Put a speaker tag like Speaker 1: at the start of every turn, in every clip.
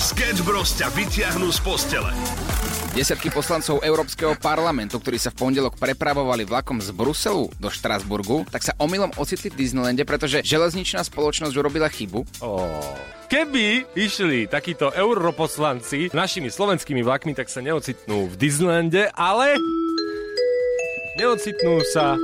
Speaker 1: Sketch Bros ťa vyťahnú z postele.
Speaker 2: Desiatky poslancov Európskeho parlamentu, ktorí sa v pondelok prepravovali vlakom z Bruselu do Štrasburgu, tak sa omylom ocitli v Disneylande, pretože železničná spoločnosť urobila chybu.
Speaker 3: Oh. Keby išli takíto europoslanci našimi slovenskými vlakmi, tak sa neocitnú v Disneylande, ale neocitnú sa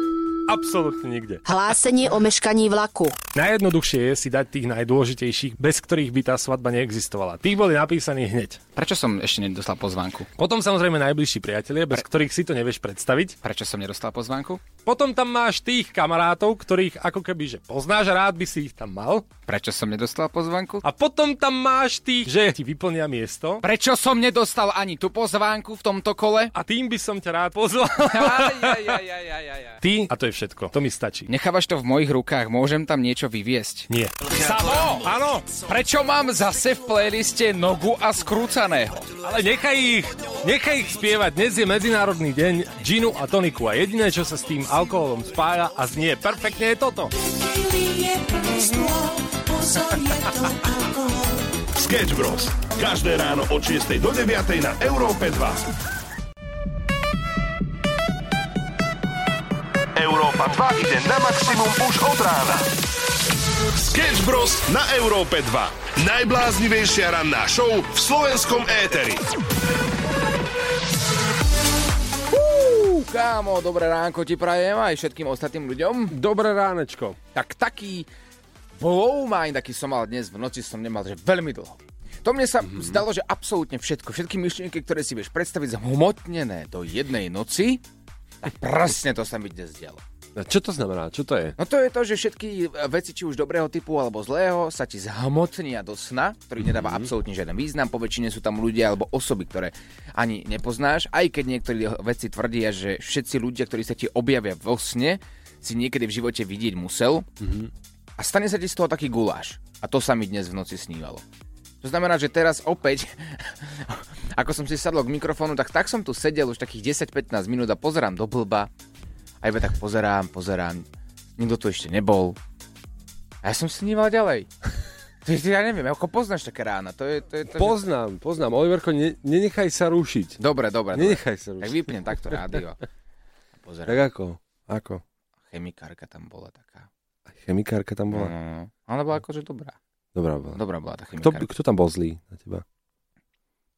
Speaker 3: absolútne nikde.
Speaker 4: Hlásenie o meškaní vlaku.
Speaker 3: Najjednoduchšie je si dať tých najdôležitejších, bez ktorých by tá svadba neexistovala. Tých boli napísaní hneď.
Speaker 2: Prečo som ešte nedostal pozvánku?
Speaker 3: Potom samozrejme najbližší priatelia, bez ktorých si to nevieš predstaviť.
Speaker 2: Prečo som nedostal pozvánku?
Speaker 3: Potom tam máš tých kamarátov, ktorých ako keby že poznáš, rád by si ich tam mal.
Speaker 2: Prečo som nedostal pozvánku?
Speaker 3: A potom tam máš tých, že ti vyplnia miesto.
Speaker 2: Prečo som nedostal ani tú pozvánku v tomto kole?
Speaker 3: A tým by som ťa rád pozval.
Speaker 2: Aj, aj, aj, aj, aj, aj, aj.
Speaker 3: Ty, a to je všetko. To mi stačí.
Speaker 2: Nechávaš to v mojich rukách, môžem tam niečo vyviesť.
Speaker 3: Nie.
Speaker 2: Samo!
Speaker 3: Áno,
Speaker 2: Prečo mám zase v playliste nogu a skrúcaného?
Speaker 3: ale nechaj ich, nechaj ich spievať. Dnes je medzinárodný deň džinu a toniku a jediné, čo sa s tým alkoholom spája a znie perfektne je toto.
Speaker 1: Sketch Bros. Každé ráno od 6 do 9 na Európe 2. Európa 2 ide na maximum už od rána. Sketch Bros. na Európe 2. Najbláznivejšia ranná show v slovenskom éteri.
Speaker 2: Uú, kámo, dobré ránko ti prajem aj všetkým ostatným ľuďom.
Speaker 3: Dobré ránečko.
Speaker 2: Tak taký blow mind, aký som mal dnes v noci, som nemal že veľmi dlho. To mne sa mm-hmm. zdalo, že absolútne všetko, všetky myšlienky, ktoré si vieš predstaviť, zhmotnené do jednej noci, tak presne to sa mi dnes dialo.
Speaker 3: A čo to znamená? Čo to je?
Speaker 2: No to je to, že všetky e, veci, či už dobrého typu alebo zlého, sa ti zhmotnia do sna, ktorý nedáva absolútne žiaden význam. Po väčšine sú tam ľudia alebo osoby, ktoré ani nepoznáš, aj keď niektorí veci tvrdia, že všetci ľudia, ktorí sa ti objavia vo sne, si niekedy v živote vidieť musel. A stane sa ti z toho taký guláš. A to sa mi dnes v noci snívalo. To znamená, že teraz opäť, ako som si sadol k mikrofónu, tak tak som tu sedel už takých 10-15 minút a pozerám do blba a iba tak pozerám, pozerám. Nikto tu ešte nebol. A ja som sníval ďalej. Ty, ty, ja neviem, ako poznáš také rána. To je, to je, to je...
Speaker 3: Poznám, poznám. Oliverko, ne, nenechaj sa rušiť.
Speaker 2: Dobre, dobre. dobre.
Speaker 3: Nenechaj sa
Speaker 2: Tak
Speaker 3: rušiť.
Speaker 2: vypnem takto rádio. A
Speaker 3: Tak
Speaker 2: Pozerám.
Speaker 3: ako? Ako?
Speaker 2: Chemikárka tam bola taká.
Speaker 3: Aj Chemikárka tam
Speaker 2: No,
Speaker 3: bola?
Speaker 2: no, no. Ona bola akože dobrá.
Speaker 3: Dobrá bola.
Speaker 2: Dobrá bola tá
Speaker 3: Kto,
Speaker 2: chemikárka.
Speaker 3: kto tam bol zlý na teba?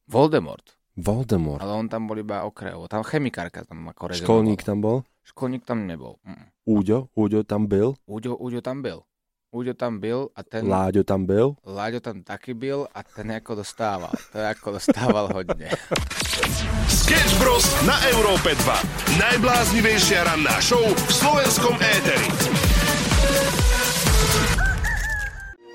Speaker 2: Voldemort.
Speaker 3: Voldemort.
Speaker 2: Ale on tam bol iba okrevo. Tam chemikárka tam ako rezonovala.
Speaker 3: Školník tam bol?
Speaker 2: Školník tam nebol. Mm.
Speaker 3: Úďo? Úďo tam byl?
Speaker 2: Uďo, Uďo tam byl. Uďo tam byl a ten...
Speaker 3: Láďo tam byl?
Speaker 2: Láďo tam taky byl a ten ako dostával. To je ako dostával hodne.
Speaker 1: Sketch Bros. na Európe 2. Najbláznivejšia ranná show v slovenskom éteri.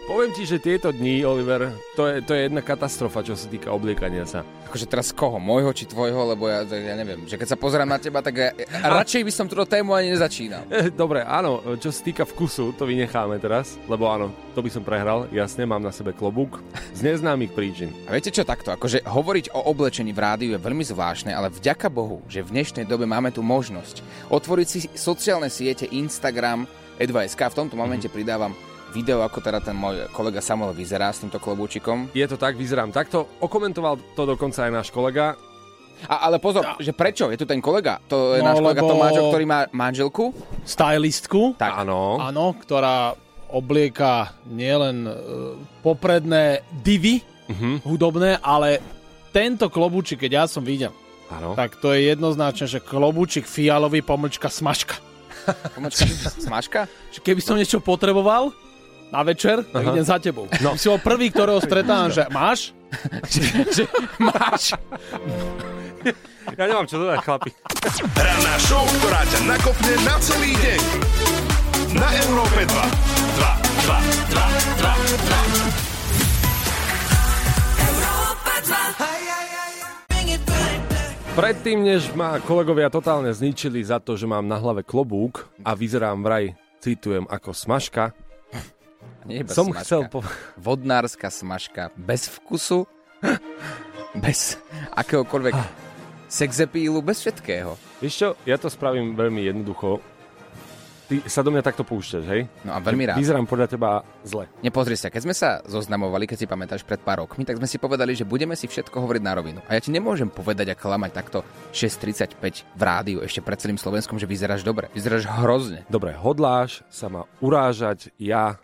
Speaker 3: Poviem ti, že tieto dni, Oliver, to je, to je jedna katastrofa, čo sa týka obliekania sa.
Speaker 2: Akože teraz koho? Môjho či tvojho? Lebo ja, ja neviem, že keď sa pozerám na teba, tak ja, a radšej by som túto tému ani nezačínal.
Speaker 3: Eh, Dobre, áno, eh, čo sa týka vkusu, to vynecháme teraz, lebo áno, to by som prehral, jasne, mám na sebe klobúk z neznámych príčin.
Speaker 2: A viete čo takto? Akože hovoriť o oblečení v rádiu je veľmi zvláštne, ale vďaka Bohu, že v dnešnej dobe máme tu možnosť otvoriť si sociálne siete Instagram, E2SK. V tomto momente pridávam video, ako teda ten môj kolega Samuel vyzerá s týmto klobúčikom.
Speaker 3: Je to tak, vyzerám takto, okomentoval to dokonca aj náš kolega,
Speaker 2: A, ale pozor, že prečo? Je tu ten kolega. To je
Speaker 5: No,
Speaker 2: náš kolega
Speaker 5: lebo-
Speaker 2: Tomáčo, ktorý má manželku.
Speaker 5: stylistku,
Speaker 2: Tak.
Speaker 3: áno,
Speaker 5: áno, ktorá oblieka nielen e, popredné divy
Speaker 3: Mhm.
Speaker 5: hudobné, ale tento klobúčik, keď ja som videl,
Speaker 3: áno.
Speaker 5: tak to je jednoznačne, že klobúčik fialový pomlčka smažka.
Speaker 2: Pomočka, smažka?
Speaker 5: Čiže keby som niečo potreboval na večer, tak idem za tebou. No. Si bol prvý, ktorého stretám, že máš?
Speaker 2: Máš.
Speaker 3: Ja nemám čo dodať, chlapi.
Speaker 1: Ranná show, ktorá ťa nakopne na celý deň. Na Európe 2. 2, 2, 2, 2.
Speaker 3: Predtým, než ma kolegovia totálne zničili za to, že mám na hlave klobúk a vyzerám vraj, citujem, ako smažka,
Speaker 2: Nie, iba
Speaker 3: som
Speaker 2: smažka.
Speaker 3: chcel povedať...
Speaker 2: vodnárska smažka bez vkusu, bez akéhokoľvek sexepílu, bez všetkého.
Speaker 3: Vieš čo, ja to spravím veľmi jednoducho. ty sa do mňa takto púšťaš, hej?
Speaker 2: No a veľmi rád.
Speaker 3: Vyzerám podľa teba zle.
Speaker 2: Nepozri sa, keď sme sa zoznamovali, keď si pamätáš pred pár rokmi, tak sme si povedali, že budeme si všetko hovoriť na rovinu. A ja ti nemôžem povedať a klamať takto 6.35 v rádiu ešte pred celým Slovenskom, že vyzeráš dobre. Vyzeráš hrozne.
Speaker 3: Dobre, hodláš sa ma urážať, ja...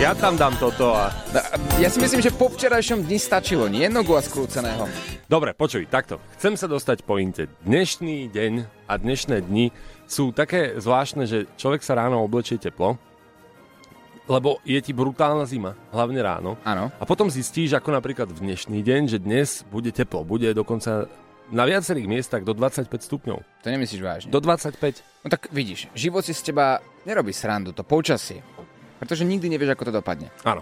Speaker 3: Ja tam dám toto a...
Speaker 2: No, a Ja si myslím, že po včerajšom dni stačilo, nie nogu a skrúceného.
Speaker 3: Dobre, počuj, takto. Chcem sa dostať pointe. Dnešný deň a dnešné dni sú také zvláštne, že človek sa ráno oblečie teplo, lebo je ti brutálna zima, hlavne ráno.
Speaker 2: Áno.
Speaker 3: A potom zistíš, ako napríklad v dnešný deň, že dnes bude teplo. Bude dokonca na viacerých miestach do 25 stupňov.
Speaker 2: To nemyslíš vážne.
Speaker 3: Do
Speaker 2: No
Speaker 3: 25.
Speaker 2: tak vidíš, život si z teba nerobí srandu, to počasie. Pretože nikdy nevieš, ako to dopadne.
Speaker 3: Áno.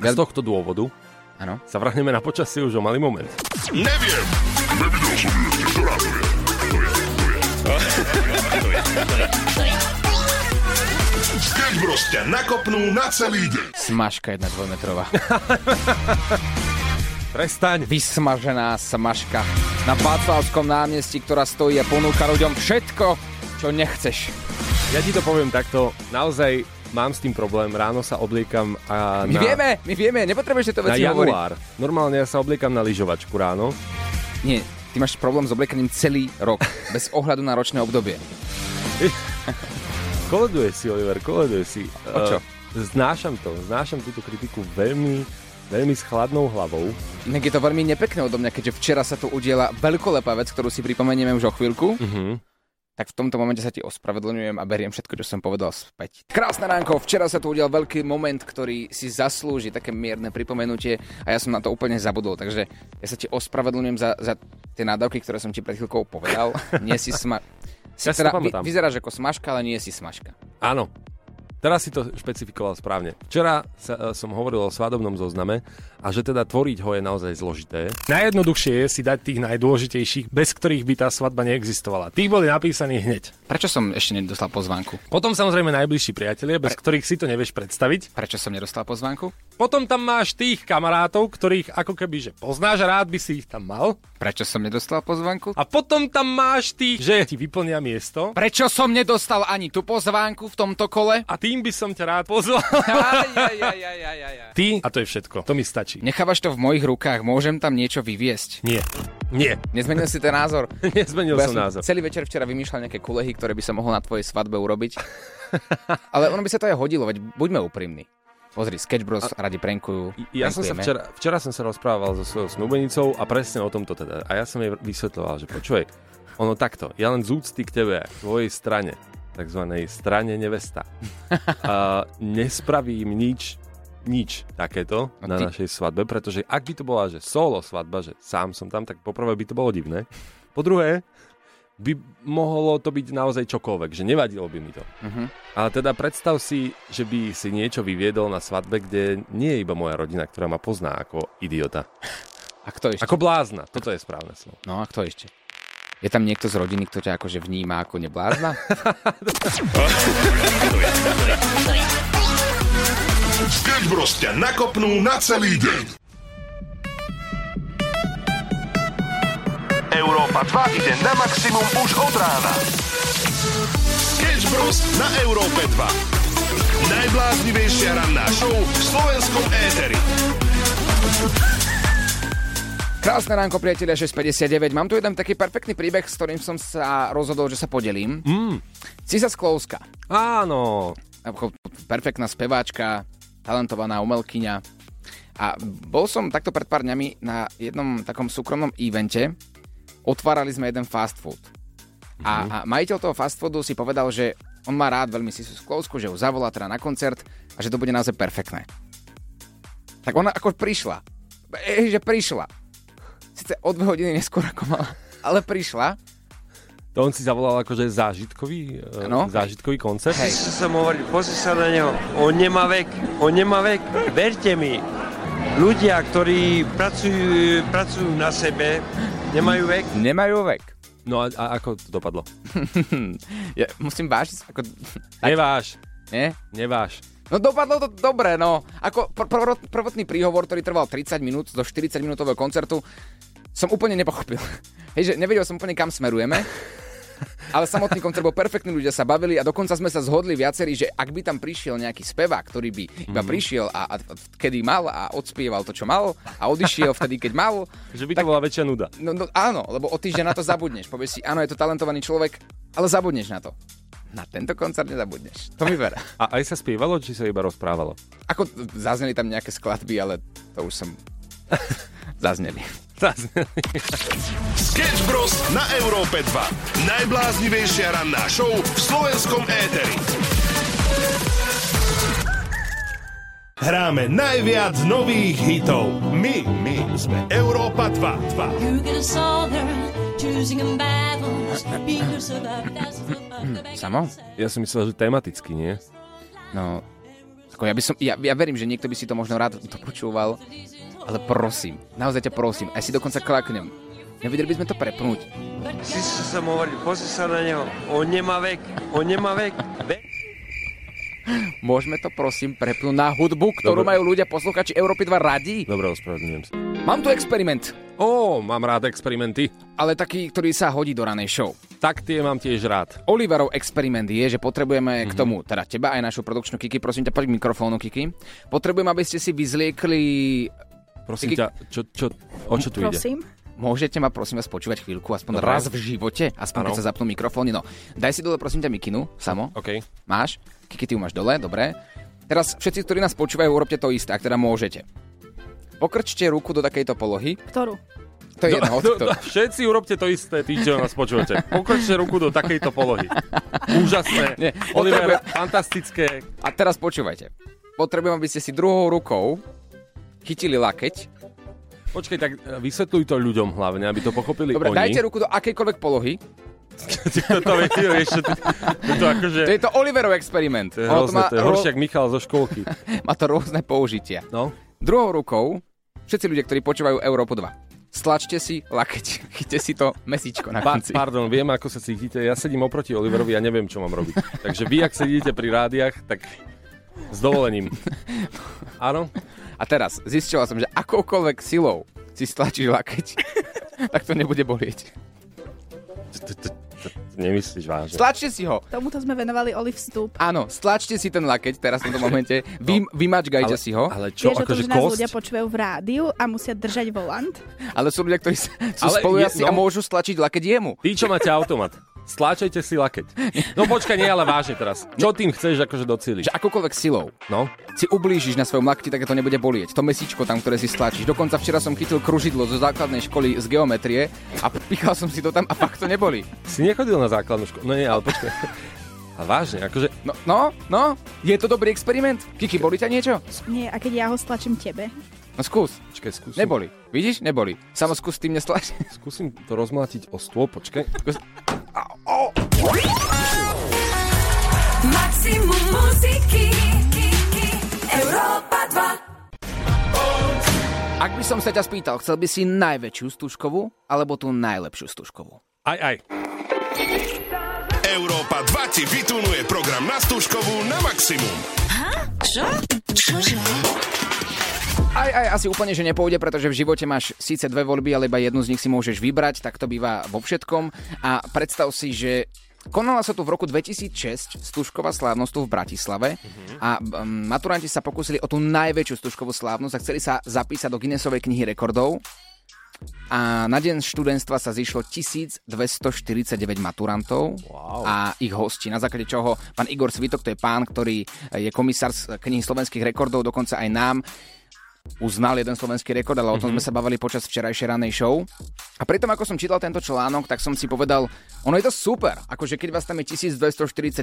Speaker 3: A
Speaker 2: Ja-
Speaker 3: Z tohto dôvodu
Speaker 2: Áno.
Speaker 3: sa vrhneme na počasie už o malý moment.
Speaker 1: Neviem. Sketch Bros ťa nakopnú na celý deň.
Speaker 2: Smažka jedna dvojmetrová.
Speaker 3: Prestaň.
Speaker 2: Vysmažená smažka na Václavskom námestí, ktorá stojí a ponúka ľuďom všetko, čo nechceš.
Speaker 3: Ja ti to poviem takto. Naozaj mám s tým problém. Ráno sa obliekam a
Speaker 2: My
Speaker 3: na...
Speaker 2: vieme, my vieme, nepotrebuješ tieto
Speaker 3: na
Speaker 2: veci hovoriť.
Speaker 3: január. Normálne ja sa obliekam na lyžovačku ráno.
Speaker 2: Nie, ty máš problém s oblekaním celý rok, bez ohľadu na ročné obdobie.
Speaker 3: Koleduje si, Oliver, koleduje si.
Speaker 2: O čo?
Speaker 3: Eh, Znášam to, znášam túto kritiku veľmi, veľmi s chladnou hlavou.
Speaker 2: Inak je to veľmi nepekné odo mňa, keďže včera sa tu udiela veľkolepá vec, ktorú si pripomenieme už o chvíľku.
Speaker 3: Mhm.
Speaker 2: Tak v tomto momente sa ti ospravedlňujem a beriem všetko, čo som povedal späť. Krásne ránko, včera sa tu udial veľký moment, ktorý si zaslúži také mierne pripomenutie a ja som na to úplne zabudol, takže ja sa ti ospravedlňujem za, za tie nádavky, ktoré som ti pred chvíľkou povedal. Nie si sma... Si
Speaker 3: Ja si to
Speaker 2: vy-
Speaker 3: pamätám.
Speaker 2: vyzeráš ako smažka, ale nie si smažka.
Speaker 3: Áno, teraz si to špecifikoval správne. Včera sa, eh, som hovoril o svadobnom zozname a že teda tvoriť ho je naozaj zložité.
Speaker 6: Najjednoduchšie je si dať tých najdôležitejších, bez ktorých by tá svadba neexistovala. Tých boli napísaní hneď.
Speaker 2: Prečo som ešte nedostal pozvánku?
Speaker 6: Potom samozrejme najbližší priatelia, bez ktorých si to nevieš predstaviť.
Speaker 2: Prečo som nedostal pozvánku?
Speaker 6: Potom tam máš tých kamarátov, ktorých ako keby že poznáš a rád by si ich tam mal.
Speaker 2: Prečo som nedostal pozvánku?
Speaker 6: A potom tam máš tých, že ti vyplnia miesto.
Speaker 2: Prečo som nedostal ani tú pozvánku v tomto kole?
Speaker 6: A tým by som ťa rád pozval.
Speaker 2: Aj, aj, aj, aj, aj, aj, aj.
Speaker 6: Ty, a to je všetko. To mi stačí.
Speaker 2: Nechávaš to v mojich rukách, môžem tam niečo vyviesť.
Speaker 6: Nie. Nie.
Speaker 2: Nezmenil si ten názor.
Speaker 3: Nezmenil
Speaker 2: Bo ja
Speaker 3: som názor.
Speaker 2: celý večer včera vymýšľal nejaké kulehy, ktoré by som mohol na tvojej svadbe urobiť. Ale ono by sa to aj hodilo, veď buďme úprimní. Pozri, Sketch Bros radi prankujú.
Speaker 3: Ja som sa
Speaker 2: prankujeme.
Speaker 3: včera, včera som sa rozprával so svojou snúbenicou a presne o tomto teda. A ja som jej vysvetľoval, že počuj, ono takto, ja len z úcty k tebe, k tvojej strane, takzvanej strane nevesta, a nespravím nič, nič takéto
Speaker 2: A
Speaker 3: na
Speaker 2: ty-
Speaker 3: našej svadbe, pretože ak by to bola, že solo svadba, že sám som tam, tak poprvé by to bolo divné. Po druhé, by mohlo to byť naozaj čokoľvek, že nevadilo by mi to.
Speaker 2: Mhm.
Speaker 3: Ale teda predstav si, že by si niečo vyviedol na svadbe, kde nie je iba moja rodina, ktorá ma pozná ako idiota.
Speaker 2: A kto ešte?
Speaker 3: Ako blázna, toto je správne slovo.
Speaker 2: No a kto ešte? Je tam niekto z rodiny, kto ťa akože vníma ako neblázna?
Speaker 1: Sketch Bros ťa nakopnú na celý deň. Európa 2 ide na maximum už od rána. Sketch Bros na Európe 2. Najbláznivejšia ranná show v slovenskom éteri.
Speaker 2: Krásne ránko, priatelia, 6.59. Mám tu jeden taký perfektný príbeh, s ktorým som sa rozhodol, že sa podelím. Mm. Cisa Sklouska.
Speaker 3: Áno,
Speaker 2: ako perfektná speváčka, talentovaná umelkyňa. A bol som takto pred pár dňami na jednom takom súkromnom evente. Otvárali sme jeden fast food. A, a majiteľ toho fast foodu si povedal, že on má rád veľmi Sisu Sklousku, že ju zavolá teda na koncert a že to bude naozaj perfektné. Tak ona ako prišla. Ej, že prišla. Sice o dve hodiny neskôr ako mala, ale prišla.
Speaker 3: to on si zavolal akože zážitkový,
Speaker 2: Áno.
Speaker 3: no? zážitkový koncert.
Speaker 2: Hej.
Speaker 7: som hovoril, pozri sa na neho, on nemá vek, on nemá vek, verte mi, ľudia, ktorí pracujú, pracujú na sebe, nemajú vek,
Speaker 2: Nemajú vek.
Speaker 3: No a, a ako to dopadlo?
Speaker 2: Ja, musím vážiť, ako...
Speaker 3: Neváš,
Speaker 2: Nie?
Speaker 3: neváš.
Speaker 2: No dopadlo to dobre, no. Ako pr- pr- prvotný príhovor, ktorý trval 30 minút do 40 minútového koncertu, som úplne nepochopil. Hej, že nevedel som úplne, kam smerujeme. Ale samotný koncert bol perfektný, ľudia sa bavili a dokonca sme sa zhodli viacerí, že ak by tam prišiel nejaký spevák, ktorý by iba prišiel a, a kedy mal a odspieval to, čo mal a odišiel vtedy, keď mal,
Speaker 3: Že by to bola väčšia nuda.
Speaker 2: No, no áno, lebo o týždeň na to zabudneš. Povieš si, áno, je to talentovaný človek, ale zabudneš na to. Na tento koncert nezabudneš. To mi ver.
Speaker 3: A aj sa spievalo, či sa iba rozprávalo?
Speaker 2: Ako t- zazneli tam nejaké skladby, ale to už som... zazneli.
Speaker 1: Sketch Bros. na Európe 2. Najbláznivejšia ranná show v slovenskom éteri. Hráme najviac nových hitov. My, my sme Európa 2. 2.
Speaker 8: You get a southern, choosing in battles, being your survivor, thousands above the back
Speaker 2: Samo?
Speaker 3: Ja som myslel, že tematicky, nie?
Speaker 2: No, ako ja, by som, ja, ja verím, že niekto by si to možno rád dopočúval, ale prosím, naozaj ťa prosím, aj si dokonca klaknem. Nevedeli by sme to prepnúť.
Speaker 7: Si si som hovoril, pozri sa na neho, on nemá vek, on nemá vek. Ver-
Speaker 2: Môžeme to prosím prepnúť na hudbu, ktorú
Speaker 3: Dobre.
Speaker 2: majú ľudia posluchači Európy 2 radi?
Speaker 3: Dobre, ospravedlňujem sa.
Speaker 2: Mám tu experiment,
Speaker 3: Ó, mám rád experimenty.
Speaker 2: ale taký, ktorý sa hodí do ranej show.
Speaker 3: Tak tie mám tiež rád.
Speaker 2: Oliverov experiment je, že potrebujeme mm-hmm. k tomu, teda teba aj našu produkčnú Kiki, prosím ťa, poď k mikrofónu Kiki. Potrebujem, aby ste si vyzliekli...
Speaker 3: Prosím
Speaker 2: Kiki-
Speaker 3: ťa, čo, čo, o čo tu ide?
Speaker 9: Prosím.
Speaker 2: Môžete ma prosím vás počúvať chvíľku, aspoň
Speaker 3: Dobre.
Speaker 2: raz v živote, aspoň keď
Speaker 3: Áno.
Speaker 2: sa zapnú mikrofóny. No, daj si dole prosím ťa mikinu, samo.
Speaker 3: OK.
Speaker 2: Máš? Kiki, ty ju máš dole, dobre. Teraz všetci, ktorí nás počúvajú, urobte to isté, ak teda môžete. Pokrčte ruku do takejto polohy.
Speaker 9: Ktorú?
Speaker 2: To je jedna od
Speaker 3: Do- do- Všetci urobte to isté, tí, čo nás počúvate. Pokročte ruku do takejto polohy. Úžasné.
Speaker 2: Nie,
Speaker 3: Oliver,
Speaker 2: potrebujem-
Speaker 3: fantastické.
Speaker 2: A teraz počúvajte. Potrebujem, aby ste si druhou rukou chytili lakeť
Speaker 3: Počkej, tak e, vysvetľuj to ľuďom hlavne, aby to pochopili
Speaker 2: Dobre,
Speaker 3: oni.
Speaker 2: dajte ruku do akejkoľvek polohy.
Speaker 3: Ty to, to, vieš, ty to, vieš, ty- ty to akože...
Speaker 2: To je to Oliverov experiment.
Speaker 3: To je
Speaker 2: Ono
Speaker 3: hrozné,
Speaker 2: má,
Speaker 3: to je
Speaker 2: ro-
Speaker 3: horšie, ako Michal zo školky.
Speaker 2: má to rôzne použitia.
Speaker 3: No,
Speaker 2: Druhou rukou, všetci ľudia, ktorí počúvajú Európu 2, stlačte si lakeť. Chyte si to mesičko na
Speaker 3: pa-
Speaker 2: konci.
Speaker 3: pardon, viem, ako sa cítite. Ja sedím oproti Oliverovi a neviem, čo mám robiť. Takže vy, ak sedíte pri rádiach, tak s dovolením. Áno?
Speaker 2: A teraz zistila som, že akoukoľvek silou si stlačíš lakeť, tak to nebude bolieť.
Speaker 3: T- t- t- t- Nemyslíš vážne.
Speaker 2: Stlačte si ho.
Speaker 9: Tomuto sme venovali Oli vstup.
Speaker 2: Áno, stlačte si ten lakeť teraz v tomto momente. Vy, vymačgajte si ho.
Speaker 3: No. Ale čo,
Speaker 9: Vieš, že to
Speaker 3: akože
Speaker 9: už nás
Speaker 3: kosť?
Speaker 9: ľudia počúvajú v rádiu a musia držať volant.
Speaker 2: Ale sú ľudia, ktorí sa, sú
Speaker 3: Ale
Speaker 2: spolujaci
Speaker 3: je-
Speaker 2: a
Speaker 3: no.
Speaker 2: môžu stlačiť lakeť jemu.
Speaker 3: Ty, čo máte automat, stláčajte si lakeť. No počkaj, nie, ale vážne teraz. Čo tým chceš akože docíliť?
Speaker 2: Že akoukoľvek silou.
Speaker 3: No,
Speaker 2: si ublížiš na svojom lakti, tak to nebude bolieť. To mesičko tam, ktoré si stlačíš. Dokonca včera som chytil kružidlo zo základnej školy z geometrie a pichal som si to tam a fakt to neboli.
Speaker 3: si nechodil na základnú školu. No nie, ale počkaj. A vážne, akože
Speaker 2: No, no, no, je to dobrý experiment. Kiki, boli ťa niečo?
Speaker 9: Nie, a keď ja ho stlačím tebe.
Speaker 2: No skús,
Speaker 3: Počkaj, skúsim,
Speaker 2: neboli. Vidíš, neboli. Samo skús tým nestlač.
Speaker 3: skúsim to rozmlátiť o stôl, počkaj.
Speaker 10: Maximum muziky. Európa 2.
Speaker 2: Ak by som sa ťa spýtal, chcel by si najväčšiu stužkovú alebo tú najlepšiu stužkovú?
Speaker 3: Aj, aj.
Speaker 1: Európa 2 ti vytunuje program na stužkovú na maximum.
Speaker 10: Čo? Čože?
Speaker 2: Aj, aj, asi úplne, že nepôjde, pretože v živote máš síce dve voľby, ale iba jednu z nich si môžeš vybrať, tak to býva vo všetkom. A predstav si, že Konala sa tu v roku 2006 stužková slávnosť tu v Bratislave a um, maturanti sa pokúsili o tú najväčšiu stužkovú slávnosť a chceli sa zapísať do Guinnessovej knihy rekordov a na deň študentstva sa zišlo 1249 maturantov wow. a ich hosti, na základe čoho pán Igor Svitok, to je pán, ktorý je komisár z knihy slovenských rekordov, dokonca aj nám uznal jeden slovenský rekord, ale o tom sme sa bavili počas včerajšej ranej show. A pritom, ako som čítal tento článok, tak som si povedal, ono je to super, akože keď vás tam je 1249,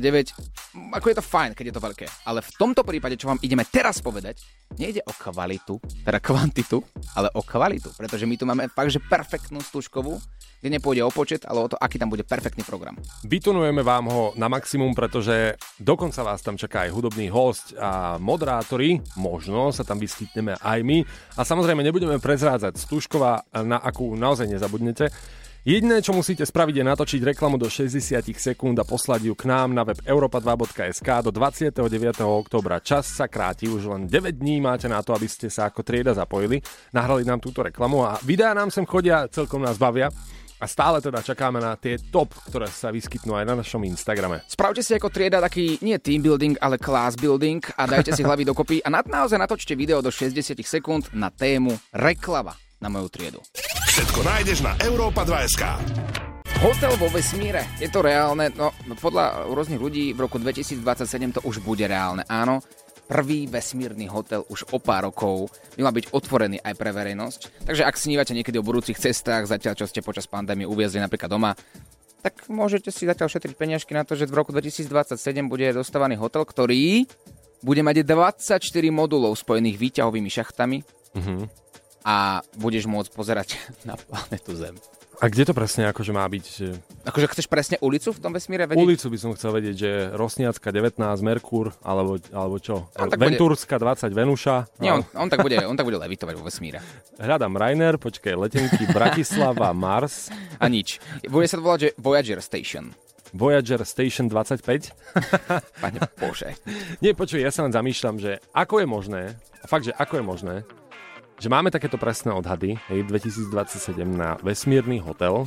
Speaker 2: m, ako je to fajn, keď je to veľké. Ale v tomto prípade, čo vám ideme teraz povedať, nejde o kvalitu, teda kvantitu, ale o kvalitu, pretože my tu máme fakt, že perfektnú stužkovú, kde nepôjde o počet, ale o to, aký tam bude perfektný program.
Speaker 3: Vytunujeme vám ho na maximum, pretože dokonca vás tam čaká aj hudobný host a moderátori. Možno sa tam vyskytneme aj my. A samozrejme nebudeme prezrádzať Stužkova, na akú naozaj nezabudnete. Jediné, čo musíte spraviť, je natočiť reklamu do 60 sekúnd a poslať ju k nám na web europa2.sk do 29. oktobra. Čas sa kráti, už len 9 dní máte na to, aby ste sa ako trieda zapojili. Nahrali nám túto reklamu a videá nám sem chodia, celkom nás bavia. A stále teda čakáme na tie top, ktoré sa vyskytnú aj na našom Instagrame.
Speaker 2: Spravte si ako trieda taký nie team building, ale class building a dajte si hlavy dokopy a na, naozaj natočte video do 60 sekúnd na tému reklama na moju triedu.
Speaker 1: Všetko nájdeš na Európa 2
Speaker 2: Hotel vo vesmíre. Je to reálne? No, podľa rôznych ľudí v roku 2027 to už bude reálne, áno. Prvý vesmírny hotel už o pár rokov by mal byť otvorený aj pre verejnosť. Takže ak snívate niekedy o budúcich cestách, zatiaľ čo ste počas pandémie uviezli napríklad doma, tak môžete si zatiaľ šetriť peniažky na to, že v roku 2027 bude dostávaný hotel, ktorý bude mať 24 modulov spojených výťahovými šachtami
Speaker 3: Mhm.
Speaker 2: a budeš môcť pozerať na planetu Zem.
Speaker 3: A kde to presne akože má byť? že-
Speaker 2: Akože chceš presne ulicu v tom vesmíre vedieť?
Speaker 3: Ulicu by som chcel vedieť, že Rosniacka 19, Merkur, alebo, alebo čo?
Speaker 2: No, tak
Speaker 3: Venturska 20, Venuša.
Speaker 2: Nie, on, on,
Speaker 3: A-
Speaker 2: tak bude, on tak bude levitovať vo vesmíre.
Speaker 3: Hľadám Rainer, počkaj, letenky Bratislava, Mars,
Speaker 2: A nič. Bude sa to volať, že Voyager Station.
Speaker 3: Voyager Station 25.
Speaker 2: Pane Bože.
Speaker 3: Nie, počuj, ja sa len zamýšľam, že ako je možné, fakt, že ako je možné, že máme takéto presné odhady, hej, 2027 na vesmírny hotel.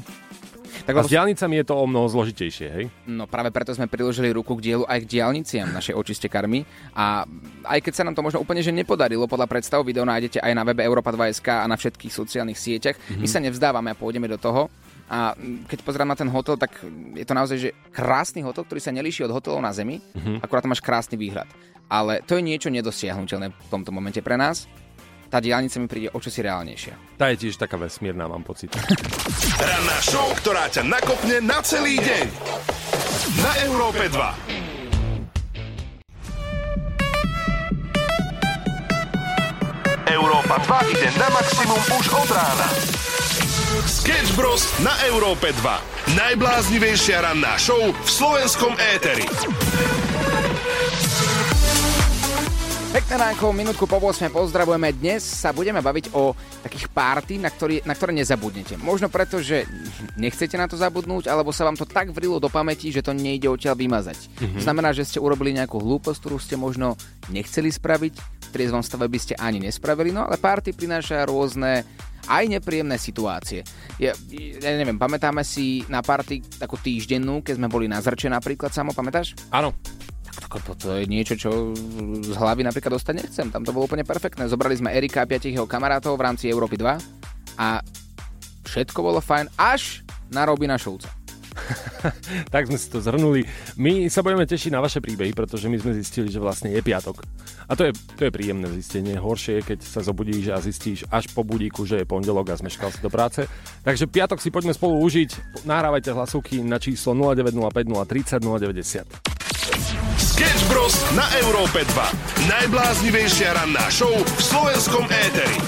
Speaker 2: Tak
Speaker 3: a
Speaker 2: lebo-
Speaker 3: s diálnicami je to o mnoho zložitejšie, hej?
Speaker 2: No práve preto sme priložili ruku k dielu aj k diálniciam našej očiste karmy. A aj keď sa nám to možno úplne že nepodarilo, podľa predstav video nájdete aj na webe Europa 2.sk a na všetkých sociálnych sieťach. Mm-hmm. My sa nevzdávame a pôjdeme do toho. A mm, keď pozerám na ten hotel, tak je to naozaj že krásny hotel, ktorý sa nelíši od hotelov na Zemi. Mm-hmm. Akurát tam máš krásny výhľad. Ale to je niečo nedosiahnutelné v tomto momente pre nás. Tá diálnica mi príde o čosi reálnejšia.
Speaker 3: Tá je tiež taká vesmírna, mám pocit.
Speaker 1: Ranná show, ktorá ťa nakopne na celý deň. Na Európe 2. Európa 2 ide na maximum už od rána. Sketch Bros. na Európe 2. Najbláznivejšia ranná show v slovenskom éteri.
Speaker 2: Pekné ránko, minútku po 8 pozdravujeme. Dnes sa budeme baviť o takých párty, na, ktorý, na ktoré nezabudnete. Možno preto, že nechcete na to zabudnúť, alebo sa vám to tak vrilo do pamäti, že to nejde odtiaľ vymazať.
Speaker 11: Mhm.
Speaker 2: Mm-hmm. Znamená, že ste urobili nejakú hlúposť, ktorú ste možno nechceli spraviť, v triezvom stave by ste ani nespravili, no ale párty prináša rôzne aj nepríjemné situácie. Ja, ja neviem, pamätáme si na party takú týždennú, keď sme boli na Zrče napríklad, samo pamätáš?
Speaker 3: Áno.
Speaker 2: Tak to, to je niečo, čo z hlavy napríklad dostať nechcem. Tam to bolo úplne perfektné. Zobrali sme Erika a piatich jeho kamarátov v rámci Európy 2 a všetko bolo fajn až na Robina Šulca.
Speaker 3: tak sme si to zhrnuli. My sa budeme tešiť na vaše príbehy, pretože my sme zistili, že vlastne je piatok. A to je, to je príjemné zistenie. Horšie je, keď sa zobudíš a zistíš až po budíku, že je pondelok a zmeškal si do práce. Takže piatok si poďme spolu užiť. Nahrávajte hlasovky na číslo 0905 030 090.
Speaker 1: Sketch Bros. na Európe 2. Najbláznivejšia ranná show v slovenskom éteri.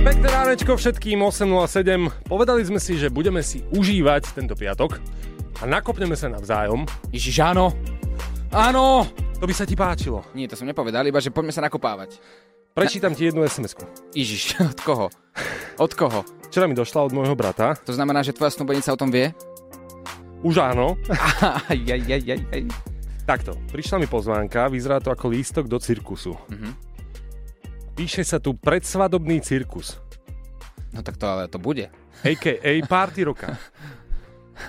Speaker 3: Pekné ránečko všetkým 8.07. Povedali sme si, že budeme si užívať tento piatok a nakopneme sa navzájom.
Speaker 2: Ježiš, áno. Áno!
Speaker 3: To by sa ti páčilo.
Speaker 2: Nie, to som nepovedal, iba že poďme sa nakopávať.
Speaker 3: Prečítam ti jednu sms
Speaker 2: Ježiš, od koho? Od koho?
Speaker 3: Včera mi došla od môjho brata.
Speaker 2: To znamená, že tvoja snúbenica o tom vie?
Speaker 3: Už áno.
Speaker 2: aj, aj, aj, aj, aj.
Speaker 3: Takto, prišla mi pozvánka, vyzerá to ako lístok do cirkusu.
Speaker 2: Mhm.
Speaker 3: Píše sa tu predsvadobný cirkus,
Speaker 2: No tak to ale to bude.
Speaker 3: a.k.a. party roka.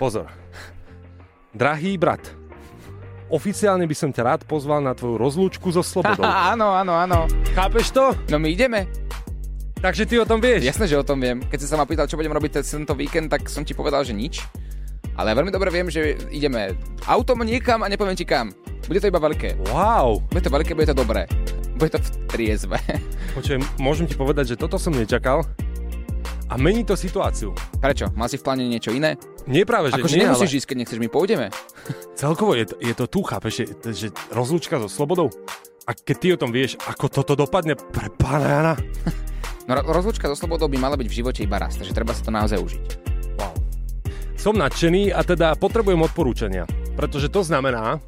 Speaker 3: Pozor. Drahý brat, oficiálne by som ťa rád pozval na tvoju rozlúčku so slobodou.
Speaker 2: áno, áno, áno.
Speaker 3: Chápeš to?
Speaker 2: No my ideme.
Speaker 3: Takže ty o tom vieš?
Speaker 2: Jasné, že o tom viem. Keď si sa ma pýtal, čo budem robiť te- tento víkend, tak som ti povedal, že nič. Ale veľmi dobre viem, že ideme autom niekam a nepoviem ti kam. Bude to iba veľké.
Speaker 3: Wow.
Speaker 2: Bude to veľké, bude to dobré. Bude to v triezve.
Speaker 3: Počujem, môžem ti povedať, že toto som nečakal a mení to situáciu.
Speaker 2: Prečo? Má si v pláne niečo iné?
Speaker 3: Nie práve, že
Speaker 2: akože
Speaker 3: nie,
Speaker 2: nemusíš
Speaker 3: ale-
Speaker 2: ísť, keď nechceš, my pôjdeme.
Speaker 3: Celkovo je to, je to tu, chápeš, že, že rozlúčka so slobodou? A keď ty o tom vieš, ako toto dopadne pre pána Jana?
Speaker 2: No ro- rozlúčka so slobodou by mala byť v živote iba raz, takže treba si to naozaj užiť.
Speaker 3: Wow. Som nadšený a teda potrebujem odporúčania. Pretože to znamená,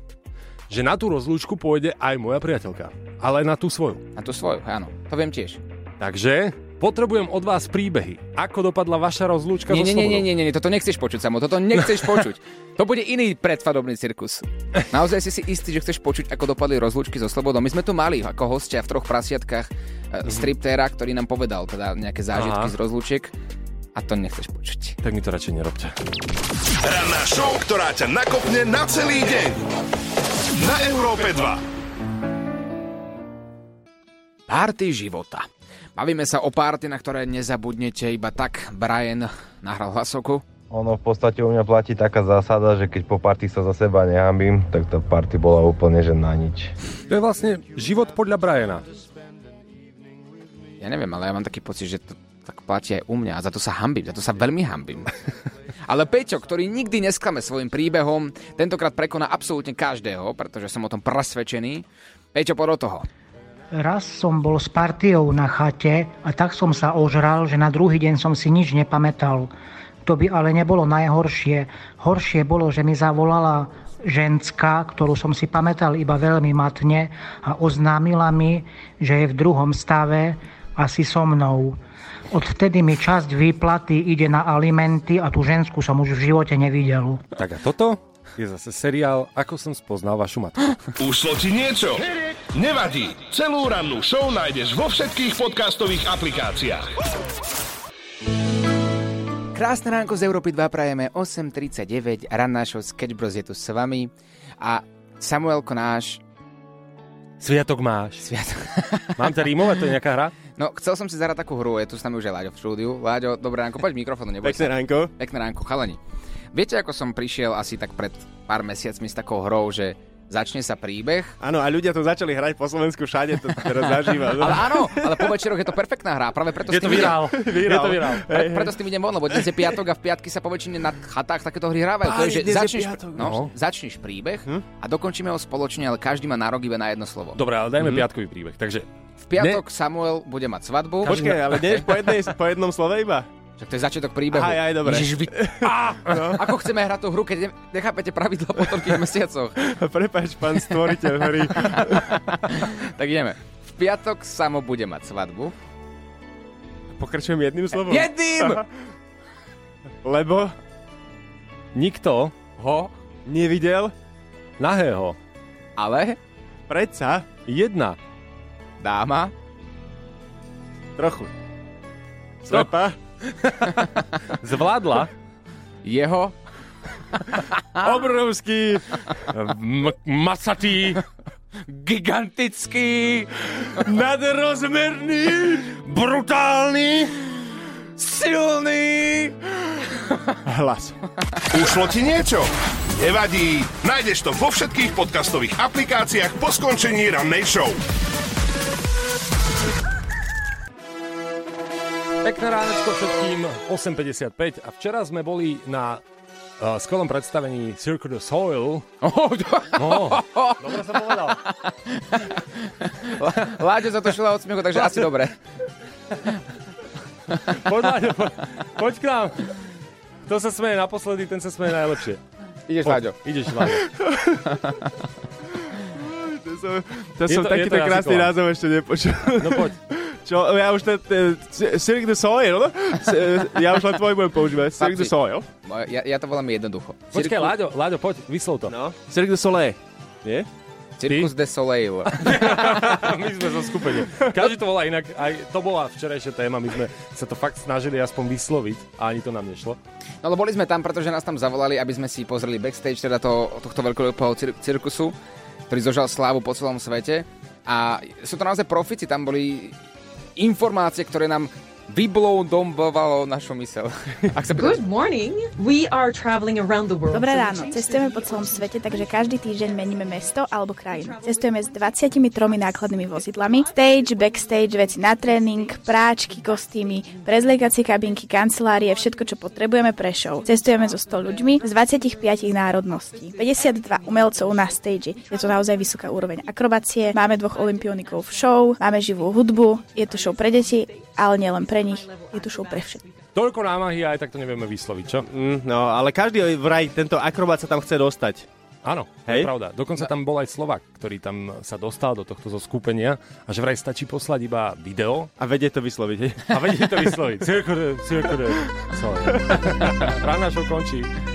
Speaker 3: že na tú rozlúčku pôjde aj moja priateľka. Ale na tú svoju.
Speaker 2: Na tú svoju, áno. To viem tiež.
Speaker 3: Takže
Speaker 6: Potrebujem od vás príbehy. Ako dopadla vaša rozlúčka
Speaker 2: Nie,
Speaker 6: so
Speaker 2: nie, nie, nie,
Speaker 6: Slobodou?
Speaker 2: nie, nie, toto nechceš počuť, Samo, toto nechceš počuť. To bude iný predfadobný cirkus. Naozaj si si istý, že chceš počuť, ako dopadli rozlúčky so Slobodou. My sme tu mali ako hostia v troch prasiatkách e, striptéra, ktorý nám povedal teda nejaké zážitky
Speaker 3: Aha.
Speaker 2: z rozlúčiek a to nechceš počuť.
Speaker 3: Tak mi to radšej nerobte.
Speaker 1: Ranná show, ktorá ťa nakopne na celý deň. Na Európe 2.
Speaker 2: Párty života. Bavíme sa o párty, na ktoré nezabudnete iba tak. Brian nahral hlasovku.
Speaker 11: Ono v podstate u mňa platí taká zásada, že keď po party sa za seba nehambím, tak tá party bola úplne že na nič.
Speaker 3: To je vlastne život podľa Briana.
Speaker 2: Ja neviem, ale ja mám taký pocit, že to tak platí aj u mňa a za to sa hambím, za to sa veľmi hambím. Ale Peťo, ktorý nikdy nesklame svojim príbehom, tentokrát prekoná absolútne každého, pretože som o tom presvedčený. Peťo, poď do toho.
Speaker 12: Raz som bol s partiou na chate a tak som sa ožral, že na druhý deň som si nič nepamätal. To by ale nebolo najhoršie. Horšie bolo, že mi zavolala ženská, ktorú som si pamätal iba veľmi matne a oznámila mi, že je v druhom stave asi so mnou. Odvtedy mi časť výplaty ide na alimenty a tú ženskú som už v živote nevidel.
Speaker 3: Tak a toto je zase seriál Ako som spoznal vašu matku.
Speaker 1: Ušlo ti niečo? Nevadí. Celú rannú show nájdeš vo všetkých podcastových aplikáciách.
Speaker 2: Krásne ránko z Európy 2 prajeme 8.39, ran nášho Sketch Bros je tu s vami a Samuelko náš
Speaker 3: Sviatok máš.
Speaker 2: Sviatok.
Speaker 3: Mám to rímovať, to je nejaká hra?
Speaker 2: No, chcel som si zahrať takú hru, je tu s nami už aj Láďo v štúdiu. Láďo, dobré ránko, poď mikrofónu, neboj
Speaker 13: Pekné ránko.
Speaker 2: Pekné ránko, chalani. Viete, ako som prišiel asi tak pred pár mesiacmi s takou hrou, že začne sa príbeh.
Speaker 13: Áno, a ľudia to začali hrať po Slovensku všade, to teraz zažíva.
Speaker 2: ale áno, ale po večeroch je to perfektná hra, práve preto
Speaker 13: Je
Speaker 2: s tým
Speaker 13: to virál.
Speaker 2: idem-
Speaker 13: Virál. Je to virál.
Speaker 2: Pre,
Speaker 13: Hej, hej.
Speaker 2: preto s tým idem von, lebo dnes je piatok a v piatky sa po väčšine na chatách takéto hry hrávajú. To
Speaker 13: Páni,
Speaker 2: je, že
Speaker 13: dnes je
Speaker 2: začneš,
Speaker 13: piatok.
Speaker 2: no,
Speaker 13: No.
Speaker 2: začneš príbeh
Speaker 13: Hm?
Speaker 2: a dokončíme ho spoločne, ale každý má nárok iba na jedno slovo.
Speaker 3: Dobre, ale dajme piatkový príbeh. Takže
Speaker 2: V piatok Samuel bude mať svadbu.
Speaker 13: Počkaj, ale nie po, jednej, po jednom slove iba?
Speaker 2: Čak to je začiatok príbehu.
Speaker 13: Aj, aj, dobre.
Speaker 2: Ježiš, vy... Á, Ako chceme hrať tú hru, keď ne- nechápete pravidla po toľkých mesiacoch?
Speaker 13: Prepač, pán stvoriteľ hry.
Speaker 2: tak ideme. V piatok Samo bude mať svadbu.
Speaker 13: Pokračujem jedným slovom?
Speaker 2: Jedným!
Speaker 13: Aha. Lebo?
Speaker 3: Nikto
Speaker 13: ho nevidel.
Speaker 3: Nahého.
Speaker 2: Ale?
Speaker 13: Predsa.
Speaker 3: Jedna.
Speaker 2: Dáma.
Speaker 13: Trochu. Slepa.
Speaker 3: Zvládla.
Speaker 2: Jeho.
Speaker 13: Obrovský.
Speaker 3: M- masatý. Gigantický.
Speaker 13: Nadrozmerný.
Speaker 3: Brutálny.
Speaker 13: Silný. Hlas.
Speaker 1: Ušlo ti niečo? Nevadí. Nájdeš to vo všetkých podcastových aplikáciách po skončení rannej show.
Speaker 3: Pekné ránečko všetkým, 8.55 a včera sme boli na uh, skvelom predstavení Cirque du Soil.
Speaker 2: Oh,
Speaker 3: no,
Speaker 13: Dobre som povedal.
Speaker 2: Láďo sa to šila od smiechu, takže asi dobre.
Speaker 3: poď, Láďo, poď, poď k nám. Kto sa smeje naposledy, ten sa smeje najlepšie.
Speaker 2: Ideš,
Speaker 3: Poď,
Speaker 2: Láďo.
Speaker 3: Ideš, Láďo.
Speaker 13: To som, to
Speaker 3: Je
Speaker 13: som
Speaker 3: to- je
Speaker 13: takýto
Speaker 3: to
Speaker 13: krásny
Speaker 3: jazyková.
Speaker 13: názov ešte nepočul.
Speaker 3: No poď.
Speaker 13: Čo, ja už ten, ten C- Cirque du Soil, C- ja už len tvoj budem používať, Cirque du
Speaker 2: Chlapci,
Speaker 13: Soil.
Speaker 2: moje- Ja, ja to volám jednoducho.
Speaker 3: Počkaj, Láďo, Láďo, poď, vyslov to.
Speaker 13: No. Cirque du Soleil. Nie?
Speaker 2: Circus de Soleil.
Speaker 3: My sme zo skupenie. Každý to volá inak, aj to bola včerajšia téma, my sme sa to fakt snažili aspoň vysloviť a ani to nám nešlo.
Speaker 2: No ale boli sme tam, pretože nás tam zavolali, aby sme si pozreli backstage teda to, tohto veľkolepého cir- cirkusu, ktorý zožal slávu po celom svete. A sú to naozaj profici, tam boli informácie, ktoré nám vybloudombovalo našu mysel. Ak sa pýtaš,
Speaker 14: Good morning. We are traveling around the world. So
Speaker 9: Dobré
Speaker 14: we
Speaker 9: ráno,
Speaker 14: change
Speaker 9: cestujeme
Speaker 14: the
Speaker 9: po celom
Speaker 14: city
Speaker 9: svete, takže každý týždeň meníme mesto alebo krajinu. Cestujeme s 23 nákladnými vozidlami, stage, backstage, veci na tréning, práčky, kostýmy, prezliekacie kabinky, kancelárie, všetko, čo potrebujeme pre show. Cestujeme so 100 ľuďmi z 25 národností, 52 umelcov na stage. Je to naozaj vysoká úroveň akrobácie, máme dvoch olimpionikov v show, máme živú hudbu, je to show pre deti, ale nielen pre nich, je to show pre všetkých.
Speaker 3: Toľko námahy a aj tak to nevieme vysloviť, čo?
Speaker 13: Mm, no, ale každý vraj tento akrobát sa tam chce dostať.
Speaker 3: Áno,
Speaker 15: Hej.
Speaker 3: Hej. je pravda. Dokonca tam bol aj Slovak, ktorý tam sa dostal do tohto zoskupenia a že vraj stačí poslať iba video.
Speaker 16: A vedie to vysloviť.
Speaker 3: A vedie to vysloviť. Cirkule, cirkule. Celé. Rána show končí.